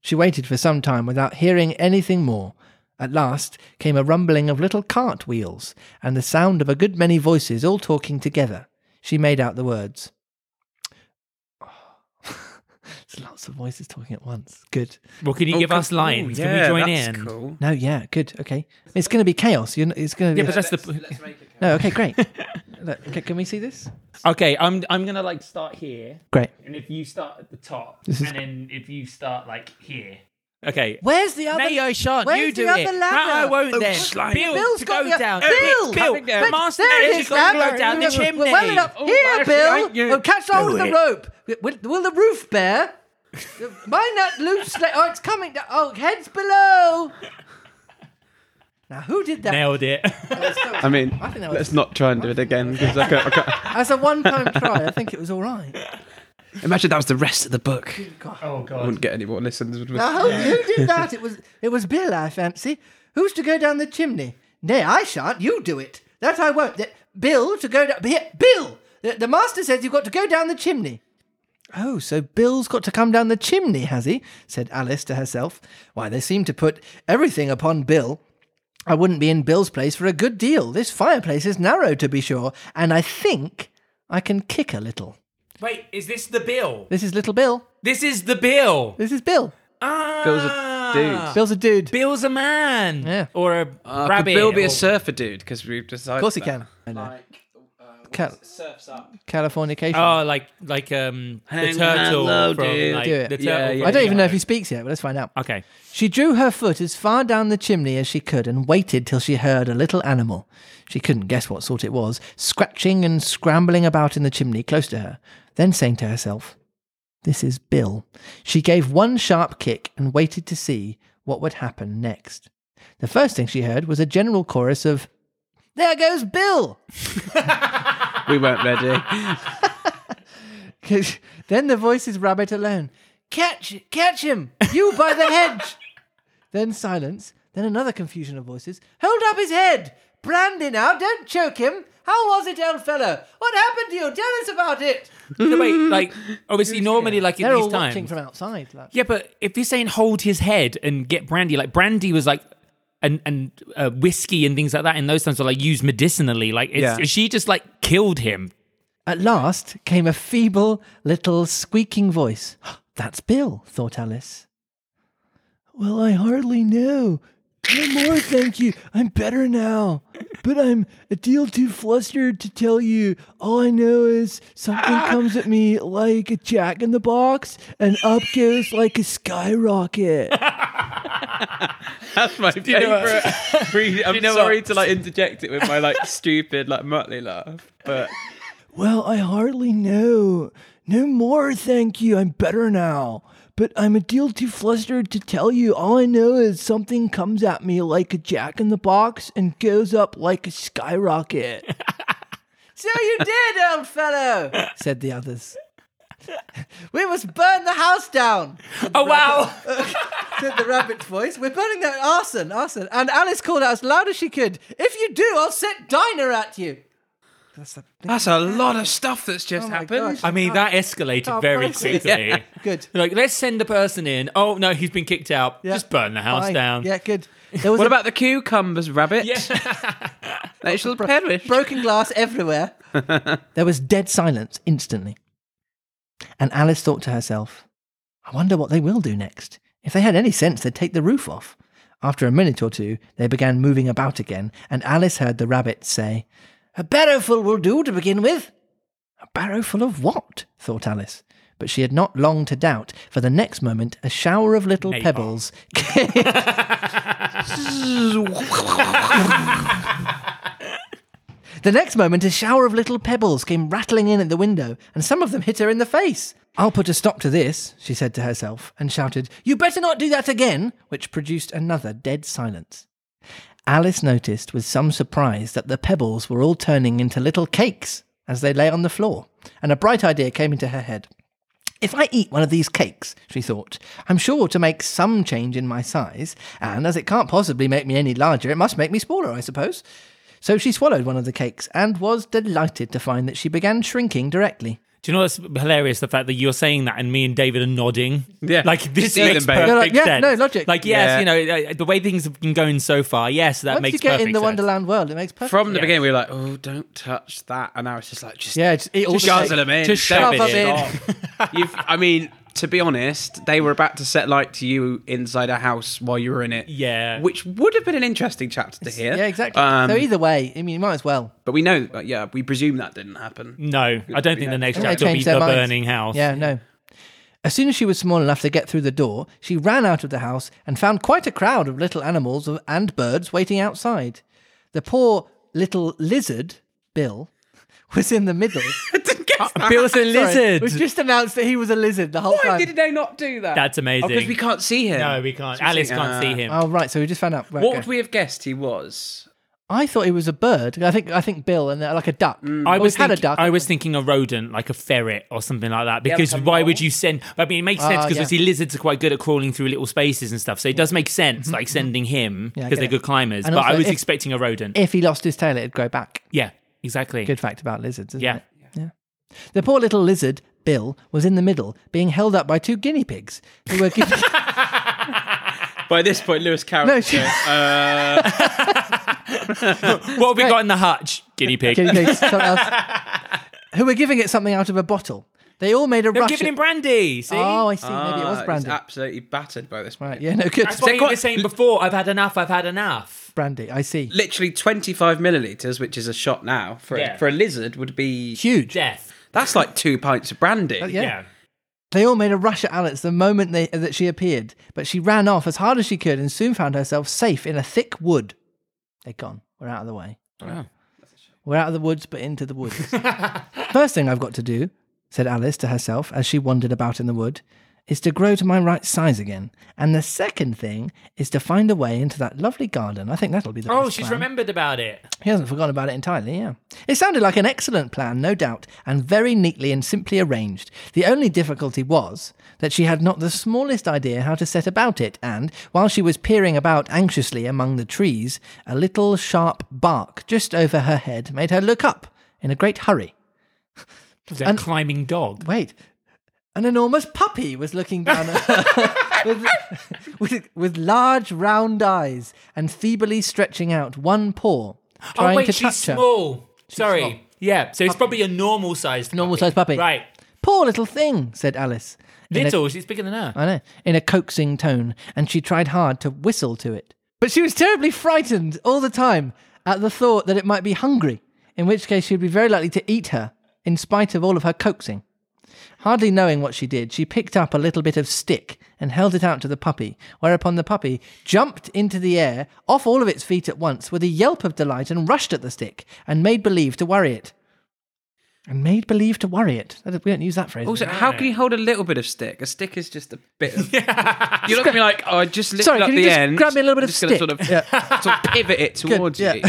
[SPEAKER 3] She waited for some time without hearing anything more. At last came a rumbling of little cart wheels and the sound of a good many voices all talking together. She made out the words. There's lots of voices talking at once. Good.
[SPEAKER 4] Well, can
[SPEAKER 2] Oh,
[SPEAKER 4] you give us lines? can we join in?
[SPEAKER 2] Cool.
[SPEAKER 3] No, yeah, good. Okay. It's going to be chaos. You're, n- it's going to
[SPEAKER 4] Yeah,
[SPEAKER 3] be.
[SPEAKER 4] but that's the.
[SPEAKER 2] Let's make it.
[SPEAKER 3] no, okay, great. Look, ca- can we see this?
[SPEAKER 1] Okay, I'm I'm gonna like start here,
[SPEAKER 3] Great.
[SPEAKER 1] and if you start at the top,
[SPEAKER 3] This is-
[SPEAKER 1] and then if you start like here.
[SPEAKER 4] Okay.
[SPEAKER 3] Where's the other?
[SPEAKER 4] Nay, I shan't.
[SPEAKER 3] Where's
[SPEAKER 4] you do
[SPEAKER 3] the
[SPEAKER 4] it.
[SPEAKER 3] other
[SPEAKER 4] No, I
[SPEAKER 3] ladder?
[SPEAKER 4] won't
[SPEAKER 2] Oh,
[SPEAKER 4] then.
[SPEAKER 2] slime.
[SPEAKER 4] Bill,
[SPEAKER 3] Bill's
[SPEAKER 4] to
[SPEAKER 3] got
[SPEAKER 4] go
[SPEAKER 3] your-
[SPEAKER 4] down.
[SPEAKER 3] Bill!
[SPEAKER 4] Bill,
[SPEAKER 2] Coming down.
[SPEAKER 4] Master
[SPEAKER 3] there it
[SPEAKER 4] Edge's
[SPEAKER 3] is,
[SPEAKER 4] got to
[SPEAKER 3] Lambert.
[SPEAKER 4] go down the
[SPEAKER 3] We're- we're
[SPEAKER 4] chimney.
[SPEAKER 3] well enough.
[SPEAKER 2] Oh,
[SPEAKER 3] Here,
[SPEAKER 2] actually,
[SPEAKER 3] Bill.
[SPEAKER 2] I- yeah.
[SPEAKER 3] Oh, catch hold of
[SPEAKER 5] it.
[SPEAKER 3] the rope. Will, will the roof bear? Mind that loose sle- Oh, it's coming down. Oh, heads below. Now, who did that?
[SPEAKER 4] Nailed it.
[SPEAKER 2] I mean,
[SPEAKER 3] I think that was-
[SPEAKER 2] let's not try and do it again because I can't, I can't.
[SPEAKER 3] As a one-time try, I think it was all right.
[SPEAKER 5] Imagine that was the rest of the book.
[SPEAKER 1] Oh
[SPEAKER 2] I
[SPEAKER 1] god.
[SPEAKER 2] wouldn't get any more listens. would we?
[SPEAKER 3] Now, who, who did that? It was it was Bill, I fancy. Who's to go down the chimney? Nay, I shan't. You do it. That I won't. That- Bill to go down. Here, Bill. The, the master says you've got to go down the chimney. Oh, so Bill's got to come down the chimney, has he? said Alice to herself. Why, they seem to put everything upon Bill. I wouldn't be in Bill's place for a good deal. This fireplace is narrow, to be sure, and I think I can kick a little.
[SPEAKER 4] Wait, is this the Bill?
[SPEAKER 3] This is little Bill.
[SPEAKER 4] This is the Bill.
[SPEAKER 3] This is Bill.
[SPEAKER 4] Ah.
[SPEAKER 2] Bill's a
[SPEAKER 1] Ah.
[SPEAKER 2] dude.
[SPEAKER 3] Bill's a dude. Of
[SPEAKER 4] Bill's a man.
[SPEAKER 3] Yeah.
[SPEAKER 4] Or a
[SPEAKER 2] Uh,
[SPEAKER 4] rabbit. Oh.
[SPEAKER 2] could Bill be
[SPEAKER 4] or-
[SPEAKER 2] a surfer dude? Because we've decided. Of
[SPEAKER 3] course he can. I know.
[SPEAKER 2] Like, uh,
[SPEAKER 3] Cal-
[SPEAKER 2] surfs up.
[SPEAKER 3] Californication.
[SPEAKER 4] Oh, like like um the
[SPEAKER 2] Hang
[SPEAKER 4] turtle
[SPEAKER 2] hello,
[SPEAKER 4] from
[SPEAKER 2] dude.
[SPEAKER 4] like
[SPEAKER 3] Do it.
[SPEAKER 4] the turtle.
[SPEAKER 2] Yeah,
[SPEAKER 4] from-
[SPEAKER 2] yeah,
[SPEAKER 3] I don't even know if he speaks yet, but let's find out.
[SPEAKER 4] Okay.
[SPEAKER 3] She drew her foot as far down the chimney as she could and waited till she heard a little animal, she couldn't guess what sort it was, scratching and scrambling about in the chimney close to her, then saying to herself, This is Bill. She gave one sharp kick and waited to see what would happen next. The first thing she heard was a general chorus of, There goes Bill!
[SPEAKER 2] We weren't ready.
[SPEAKER 3] 'Cause then the voice is rabbit alone. Catch, catch him! You by the hedge! then silence. Then another confusion of voices. Hold up his head! Brandy now, don't choke him! How was it, old fellow? What happened to you? Tell us about it!
[SPEAKER 4] No, wait, like obviously normally like in
[SPEAKER 3] Mm-hmm. They're all
[SPEAKER 4] these times.
[SPEAKER 3] watching from outside. Like,
[SPEAKER 4] Yeah, but if you're saying hold his head and get brandy, like brandy was like, and and uh, whiskey and things like that in those times were like used medicinally. Like, it's,
[SPEAKER 2] Yeah.
[SPEAKER 4] she just like killed him.
[SPEAKER 3] At last came a feeble little squeaking voice. That's Bill, thought Alice. Well, I hardly know. No more, thank you. I'm better now. But I'm a deal too flustered to tell you. All I know is something comes at me like a jack in the box and up goes like a skyrocket.
[SPEAKER 2] That's my
[SPEAKER 4] what-
[SPEAKER 2] favorite. Re- I'm
[SPEAKER 4] know
[SPEAKER 2] sorry
[SPEAKER 4] what?
[SPEAKER 2] to like interject it with my like stupid like Motley laugh, but
[SPEAKER 3] Well, I hardly know. No more, thank you. I'm better now. But I'm a deal too flustered to tell you. All I know is something comes at me like a jack in the box and goes up like a skyrocket. so you did, old fellow, said the others. We must burn the house down,
[SPEAKER 4] Oh wow!
[SPEAKER 3] said the rabbit voice. We're burning that arson, arson. And Alice called out as loud as she could, If you do, I'll set Dinah at you. That's a
[SPEAKER 2] that's a lot of stuff that's just
[SPEAKER 3] Oh my
[SPEAKER 2] happened.
[SPEAKER 3] gosh.
[SPEAKER 4] I mean that escalated
[SPEAKER 3] Oh,
[SPEAKER 4] very
[SPEAKER 3] process.
[SPEAKER 4] quickly.
[SPEAKER 3] good.
[SPEAKER 4] Like, let's send a person in. Oh no, he's been kicked out.
[SPEAKER 3] Yeah.
[SPEAKER 4] Just burn the house
[SPEAKER 3] Fine.
[SPEAKER 4] down.
[SPEAKER 3] Yeah, good. There was
[SPEAKER 2] What
[SPEAKER 3] a
[SPEAKER 2] about the cucumbers, rabbit? They shall perish.
[SPEAKER 3] broken glass everywhere. there was dead silence instantly. And Alice thought to herself, I wonder what they will do next. If they had any sense, they'd take the roof off. After a minute or two, they began moving about again, and Alice heard the rabbit say, A barrowful will do to begin with. A barrowful of what? thought Alice. But she had not long to doubt, for the next moment a shower of little
[SPEAKER 4] Navel.
[SPEAKER 3] pebbles came. The next moment, a shower of little pebbles came rattling in at the window, and some of them hit her in the face. I'll put a stop to this, she said to herself, and shouted, You better not do that again, which produced another dead silence. Alice noticed with some surprise that the pebbles were all turning into little cakes as they lay on the floor, and a bright idea came into her head. If I eat one of these cakes, she thought, I'm sure to make some change in my size, and as it can't possibly make me any larger, it must make me smaller, I suppose. So she swallowed one of the cakes and was delighted to find that she began shrinking directly.
[SPEAKER 4] Do you know what's hilarious? The fact that you're saying that and me and David are nodding.
[SPEAKER 2] Yeah.
[SPEAKER 4] Like, this
[SPEAKER 2] See
[SPEAKER 4] makes
[SPEAKER 2] them,
[SPEAKER 4] perfect
[SPEAKER 2] babe. They're
[SPEAKER 3] like, yeah,
[SPEAKER 4] sense.
[SPEAKER 3] no, logic.
[SPEAKER 4] Like, yes,
[SPEAKER 2] Yeah.
[SPEAKER 4] you know, uh, the way things have been going so far, yes, that
[SPEAKER 3] Once
[SPEAKER 4] makes
[SPEAKER 3] you get in
[SPEAKER 4] perfect
[SPEAKER 3] the
[SPEAKER 4] sense.
[SPEAKER 3] Wonderland world, it makes perfect.
[SPEAKER 2] From the
[SPEAKER 4] Yeah.
[SPEAKER 2] beginning, we were like, "Oh, don't touch that," and now it's just like, "Just
[SPEAKER 3] yeah, just eat all
[SPEAKER 2] just
[SPEAKER 3] the
[SPEAKER 2] guzzle
[SPEAKER 3] cake.
[SPEAKER 2] them in.
[SPEAKER 4] Just
[SPEAKER 2] Don't
[SPEAKER 4] shove it
[SPEAKER 2] stop. You've, I mean, to be honest, they were about to set light to you inside a house while you were in it.
[SPEAKER 4] Yeah.
[SPEAKER 2] which would have been an interesting chapter to hear.
[SPEAKER 3] Yeah, exactly.
[SPEAKER 2] Um,
[SPEAKER 3] so either way, I mean, you might as well.
[SPEAKER 2] but we know, uh, yeah, we presume that didn't happen.
[SPEAKER 4] No, I don't think the next
[SPEAKER 3] I think
[SPEAKER 4] chapter
[SPEAKER 3] they
[SPEAKER 4] will be
[SPEAKER 3] changed their
[SPEAKER 4] the
[SPEAKER 3] minds.
[SPEAKER 4] burning house.
[SPEAKER 3] Yeah, no. As soon as she was small enough to get through the door, she ran out of the house and found quite a crowd of little animals of- and birds waiting outside. The poor little lizard, Bill, was in the middle.
[SPEAKER 4] Bill's a
[SPEAKER 3] Sorry, It was
[SPEAKER 4] lizard.
[SPEAKER 3] just announced that he was a lizard the whole
[SPEAKER 2] Why
[SPEAKER 3] time.
[SPEAKER 2] did they not do that?
[SPEAKER 4] That's amazing.
[SPEAKER 2] because Oh, we can't see him.
[SPEAKER 4] no, we can't. Alice can't see him.
[SPEAKER 3] Oh right, so we just found out. Right,
[SPEAKER 2] What
[SPEAKER 3] okay.
[SPEAKER 2] would we have guessed he was?
[SPEAKER 3] I thought it was a bird. I think I think Bill and they're like a duck.
[SPEAKER 4] I
[SPEAKER 3] Or
[SPEAKER 4] was
[SPEAKER 3] we've had a
[SPEAKER 4] thinking-
[SPEAKER 3] duck.
[SPEAKER 4] I was thinking a rodent, like a ferret or something like that. Because
[SPEAKER 2] like a
[SPEAKER 4] why
[SPEAKER 2] mole.
[SPEAKER 4] would you send? I mean, it makes sense
[SPEAKER 3] Ah,
[SPEAKER 4] because
[SPEAKER 3] yeah.
[SPEAKER 4] obviously lizards are quite good at crawling through little spaces and stuff. So it does make sense, like sending him
[SPEAKER 3] Mm-hmm. Yeah,
[SPEAKER 4] because
[SPEAKER 3] I get
[SPEAKER 4] they're
[SPEAKER 3] it.
[SPEAKER 4] good climbers.
[SPEAKER 3] And
[SPEAKER 4] but I
[SPEAKER 3] also
[SPEAKER 4] was
[SPEAKER 3] if-
[SPEAKER 4] expecting a rodent.
[SPEAKER 3] if he lost his tail, it'd grow back.
[SPEAKER 4] yeah, exactly.
[SPEAKER 3] Good fact about lizards, isn't
[SPEAKER 4] Yeah.
[SPEAKER 3] it? Yeah. The poor little lizard, Bill, was in the middle, being held up by two guinea pigs who were giving.
[SPEAKER 2] By this point, Lewis Carroll.
[SPEAKER 3] No, she-
[SPEAKER 4] What have we got in the hutch? Guinea pig.
[SPEAKER 3] guinea pigs, something else, who were giving it something out of a bottle. They all made a
[SPEAKER 4] They're
[SPEAKER 3] rush.
[SPEAKER 4] giving
[SPEAKER 3] at-
[SPEAKER 4] him brandy. See.
[SPEAKER 3] oh, I see. Maybe it
[SPEAKER 2] Ah,
[SPEAKER 3] was
[SPEAKER 2] he's
[SPEAKER 3] brandy.
[SPEAKER 2] absolutely battered by this point.
[SPEAKER 3] Right, yeah, no good.
[SPEAKER 4] That's what you were saying before. I've had enough. I've had enough.
[SPEAKER 3] brandy. I see.
[SPEAKER 2] Literally 25 milliliters, which is a shot now for
[SPEAKER 4] Yeah.
[SPEAKER 2] a, for a lizard would be
[SPEAKER 3] Huge.
[SPEAKER 4] Death.
[SPEAKER 2] that's like two pints of brandy.
[SPEAKER 3] Uh, Yeah.
[SPEAKER 4] Yeah.
[SPEAKER 3] They all made a rush at Alex the moment they, that she appeared, but she ran off as hard as she could and soon found herself safe in a thick wood. They're gone. We're out of the way.
[SPEAKER 4] Oh,
[SPEAKER 3] We're out of the woods, but into the woods. First thing I've got to do, said Alice to herself as she wandered about in the wood, is to grow to my right size again. And the second thing is to find a way into that lovely garden. I think that'll be the
[SPEAKER 4] Oh,
[SPEAKER 3] best
[SPEAKER 4] she's
[SPEAKER 3] plan.
[SPEAKER 4] remembered about it.
[SPEAKER 3] He hasn't forgotten about it entirely, yeah. It sounded like an excellent plan, no doubt, and very neatly and simply arranged. The only difficulty was that she had not the smallest idea how to set about it, and while she was peering about anxiously among the trees, a little sharp bark just over her head made her look up in a great hurry.
[SPEAKER 4] It's a climbing dog.
[SPEAKER 3] Wait, an enormous puppy was looking down at her with, with, with large round eyes and feebly stretching out one paw, trying
[SPEAKER 4] oh wait,
[SPEAKER 3] to
[SPEAKER 4] she's
[SPEAKER 3] touch her.
[SPEAKER 4] small. Sorry.
[SPEAKER 3] small.
[SPEAKER 4] Yeah. So it's probably a normal sized
[SPEAKER 3] Normal sized puppy.
[SPEAKER 4] Right.
[SPEAKER 3] Poor little thing, said Alice. in a-
[SPEAKER 4] Little. She's bigger than her.
[SPEAKER 3] I know, in a coaxing tone, and she tried hard to whistle to it. But she was terribly frightened all the time at the thought that it might be hungry, in which case she would be very likely to eat her, in spite of all of her coaxing. Hardly knowing what she did, she picked up a little bit of stick and held it out to the puppy, whereupon the puppy jumped into the air, off all of its feet at once, with a yelp of delight, and rushed at the stick, and made believe to worry it. And made believe to worry it. That- We don't use that phrase.
[SPEAKER 2] Also, how can you hold a little bit of stick? A stick is just a bit of. You look at me like, oh, I just lifted
[SPEAKER 3] Sorry,
[SPEAKER 2] up
[SPEAKER 3] can
[SPEAKER 2] the
[SPEAKER 3] you just
[SPEAKER 2] end.
[SPEAKER 3] grab me a little
[SPEAKER 2] I'm
[SPEAKER 3] bit of
[SPEAKER 2] just gonna
[SPEAKER 3] stick?
[SPEAKER 2] Sort of, sort of pivot it towards
[SPEAKER 3] yeah.
[SPEAKER 2] you.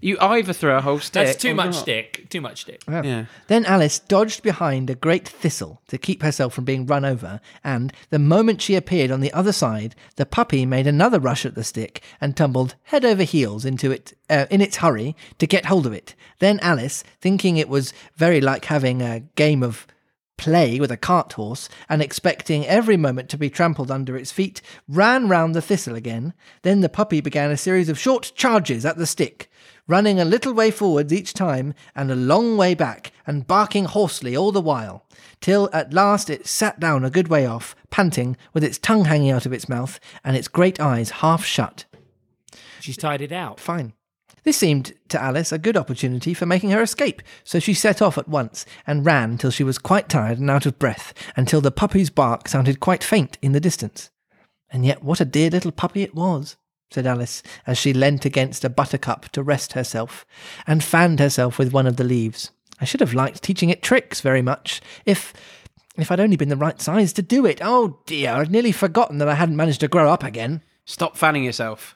[SPEAKER 2] You either throw a whole stick.
[SPEAKER 4] That's too
[SPEAKER 3] Oh,
[SPEAKER 2] or
[SPEAKER 4] much
[SPEAKER 2] not.
[SPEAKER 4] stick. Too much stick.
[SPEAKER 2] Yeah.
[SPEAKER 3] Then Alice dodged behind a great thistle to keep herself from being run over, and the moment she appeared on the other side, the puppy made another rush at the stick and tumbled head over heels into it uh, in its hurry to get hold of it. Then Alice, thinking it was very like having a game of play with a cart horse and expecting every moment to be trampled under its feet, ran round the thistle again. Then the puppy began a series of short charges at the stick, running a little way forwards each time and a long way back, and barking hoarsely all the while, till at last it sat down a good way off, panting, with its tongue hanging out of its mouth and its great eyes half shut.
[SPEAKER 4] She's tied it out.
[SPEAKER 3] Fine. This seemed to Alice a good opportunity for making her escape, so she set off at once and ran till she was quite tired and out of breath, until the puppy's bark sounded quite faint in the distance. And yet, what a dear little puppy it was, said Alice, as she leant against a buttercup to rest herself, and fanned herself with one of the leaves. I should have liked teaching it tricks very much, if. If I'd only been the right size to do it. Oh dear, I'd nearly forgotten that I hadn't managed to grow up again.
[SPEAKER 2] Stop fanning yourself.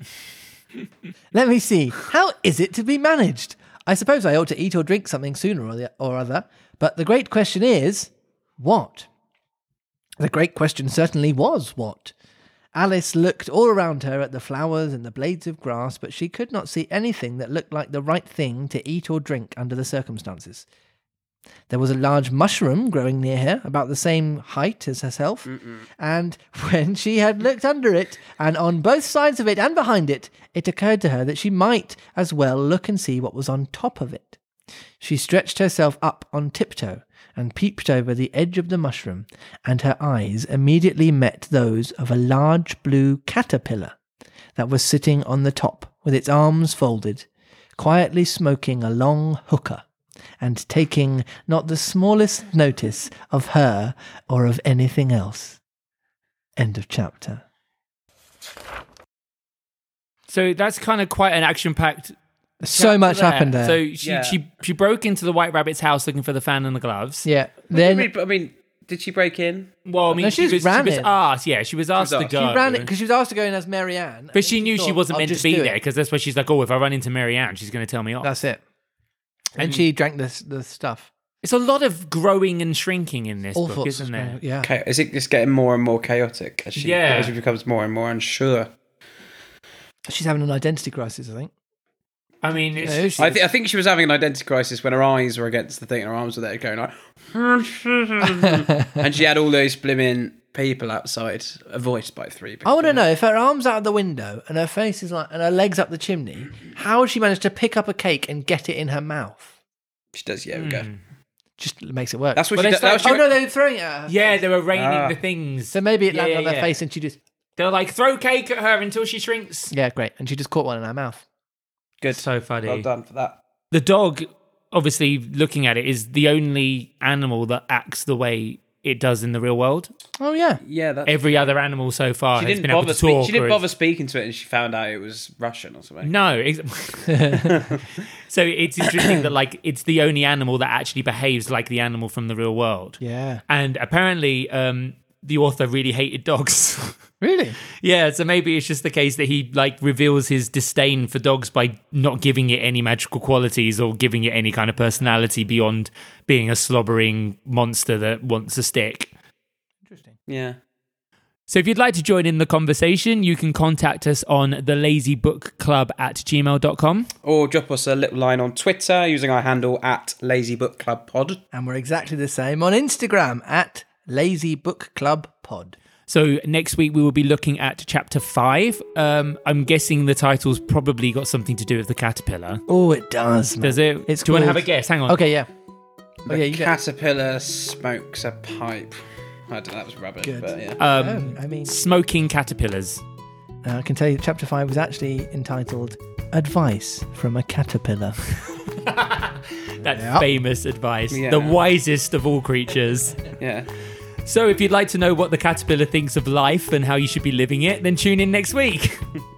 [SPEAKER 3] Let me see. How is it to be managed? I suppose I ought to eat or drink something sooner or, the, or other, but the great question is what? The great question certainly was what? Alice looked all around her at the flowers and the blades of grass, but she could not see anything that looked like the right thing to eat or drink under the circumstances. There was a large mushroom growing near her, about the same height as herself. And when she had looked under it, and on both sides of it and behind it, it occurred to her that she might as well look and see what was on top of it. She stretched herself up on tiptoe and peeped over the edge of the mushroom, and her eyes immediately met those of a large blue caterpillar that was sitting on the top with its arms folded, quietly smoking a long hookah and taking not the smallest notice of her or of anything else. End of chapter.
[SPEAKER 1] So that's kind of quite an action-packed.
[SPEAKER 3] So much
[SPEAKER 1] there.
[SPEAKER 3] happened there.
[SPEAKER 1] So she,
[SPEAKER 2] Yeah.
[SPEAKER 1] she she broke into the White Rabbit's house looking for the fan and the gloves.
[SPEAKER 3] yeah.
[SPEAKER 2] I
[SPEAKER 3] Then
[SPEAKER 2] mean, but, I mean, did she break in?
[SPEAKER 1] Well, I mean,
[SPEAKER 3] No,
[SPEAKER 1] she,
[SPEAKER 3] she just
[SPEAKER 1] was,
[SPEAKER 3] ran
[SPEAKER 1] she was
[SPEAKER 3] in.
[SPEAKER 1] asked. Yeah, she was asked
[SPEAKER 2] was
[SPEAKER 1] to
[SPEAKER 2] asked.
[SPEAKER 1] go.
[SPEAKER 3] she ran it because she was asked to go in as Mary Ann. and then
[SPEAKER 1] But she knew she
[SPEAKER 3] thought,
[SPEAKER 1] wasn't
[SPEAKER 3] "I'll
[SPEAKER 1] meant to
[SPEAKER 3] just
[SPEAKER 1] be
[SPEAKER 3] do it."
[SPEAKER 1] there because that's why she's like, oh, if I run into Mary Ann, she's going to tell me off.
[SPEAKER 3] That's it. And she drank this the stuff.
[SPEAKER 1] it's a lot of growing and shrinking in this
[SPEAKER 3] All
[SPEAKER 1] book,
[SPEAKER 3] sorts
[SPEAKER 1] isn't
[SPEAKER 3] of
[SPEAKER 1] there?
[SPEAKER 3] stuff, Yeah.
[SPEAKER 2] Okay, is it just getting more and more chaotic as she
[SPEAKER 1] Yeah.
[SPEAKER 2] as she becomes more and more unsure?
[SPEAKER 3] She's having an identity crisis, I think.
[SPEAKER 1] I mean, it's,
[SPEAKER 3] No, she
[SPEAKER 2] I, th- I think she was having an identity crisis when her eyes were against the thing, her arms were there going like, and she had all those blimmin' people outside, uh, voiced by three.
[SPEAKER 3] I
[SPEAKER 2] people.
[SPEAKER 1] Oh,
[SPEAKER 3] want to know if her arms out of the window and her face is like and her legs up the chimney, how she managed to pick up a cake and get it in her mouth.
[SPEAKER 2] She does yoga.
[SPEAKER 3] Just makes it work.
[SPEAKER 2] That's what
[SPEAKER 1] But
[SPEAKER 2] she
[SPEAKER 1] Hmm. it's
[SPEAKER 2] does.
[SPEAKER 1] like-
[SPEAKER 2] that was
[SPEAKER 3] oh
[SPEAKER 2] she-
[SPEAKER 3] no, they were throwing it at her.
[SPEAKER 1] yeah, they were raining
[SPEAKER 2] Ah.
[SPEAKER 1] the things.
[SPEAKER 3] So maybe it
[SPEAKER 1] Yeah,
[SPEAKER 3] landed
[SPEAKER 1] yeah,
[SPEAKER 3] on her
[SPEAKER 1] yeah.
[SPEAKER 3] face and she just
[SPEAKER 1] They're like, throw cake at her until she shrinks.
[SPEAKER 3] Yeah, great. And she just caught one in her mouth.
[SPEAKER 1] Good. So funny.
[SPEAKER 2] Well done for that.
[SPEAKER 1] the dog, obviously, looking at it, is the only animal that acts the way it does in the real world.
[SPEAKER 3] Oh yeah.
[SPEAKER 2] Yeah, that's.
[SPEAKER 1] Every other animal so far
[SPEAKER 2] she
[SPEAKER 1] has
[SPEAKER 2] didn't
[SPEAKER 1] been able
[SPEAKER 2] bother.
[SPEAKER 1] to
[SPEAKER 2] Speak,
[SPEAKER 1] talk.
[SPEAKER 2] she didn't
[SPEAKER 1] or-
[SPEAKER 2] bother speaking to it, and she found out it was Russian or something.
[SPEAKER 1] No. ex- so it's interesting that like it's the only animal that actually behaves like the animal from the real world.
[SPEAKER 3] Yeah.
[SPEAKER 1] And apparently, um, the author really hated dogs.
[SPEAKER 3] Really?
[SPEAKER 1] yeah. So maybe it's just the case that he like reveals his disdain for dogs by not giving it any magical qualities or giving it any kind of personality beyond being a slobbering monster that wants a stick.
[SPEAKER 2] Yeah.
[SPEAKER 1] So if you'd like to join in the conversation, you can contact us on thelazybookclub at gmail.com.
[SPEAKER 2] Or drop us a little line on Twitter using our handle at Lazy Book Club Pod.
[SPEAKER 3] And we're exactly the same on Instagram at Lazy Book Club Pod.
[SPEAKER 1] So next week we will be looking at chapter five. Um, I'm guessing the title's probably got something to do with the caterpillar.
[SPEAKER 3] Oh it does. Man.
[SPEAKER 1] Does it?
[SPEAKER 3] It's
[SPEAKER 1] do you want to have
[SPEAKER 3] called-
[SPEAKER 1] a guess? Hang on.
[SPEAKER 3] Okay, yeah. Oh yeah,
[SPEAKER 2] The
[SPEAKER 3] you get
[SPEAKER 2] caterpillar smokes a pipe. I don't know, that was rubbish,
[SPEAKER 3] Good.
[SPEAKER 2] but yeah.
[SPEAKER 1] Um,
[SPEAKER 3] Oh, I mean-
[SPEAKER 1] smoking caterpillars.
[SPEAKER 3] Uh, I can tell you that chapter 5 was actually entitled Advice from a Caterpillar.
[SPEAKER 1] That famous advice.
[SPEAKER 2] Yeah.
[SPEAKER 1] The wisest of all creatures.
[SPEAKER 2] Yeah.
[SPEAKER 1] so if you'd like to know what the caterpillar thinks of life and how you should be living it, then tune in next week.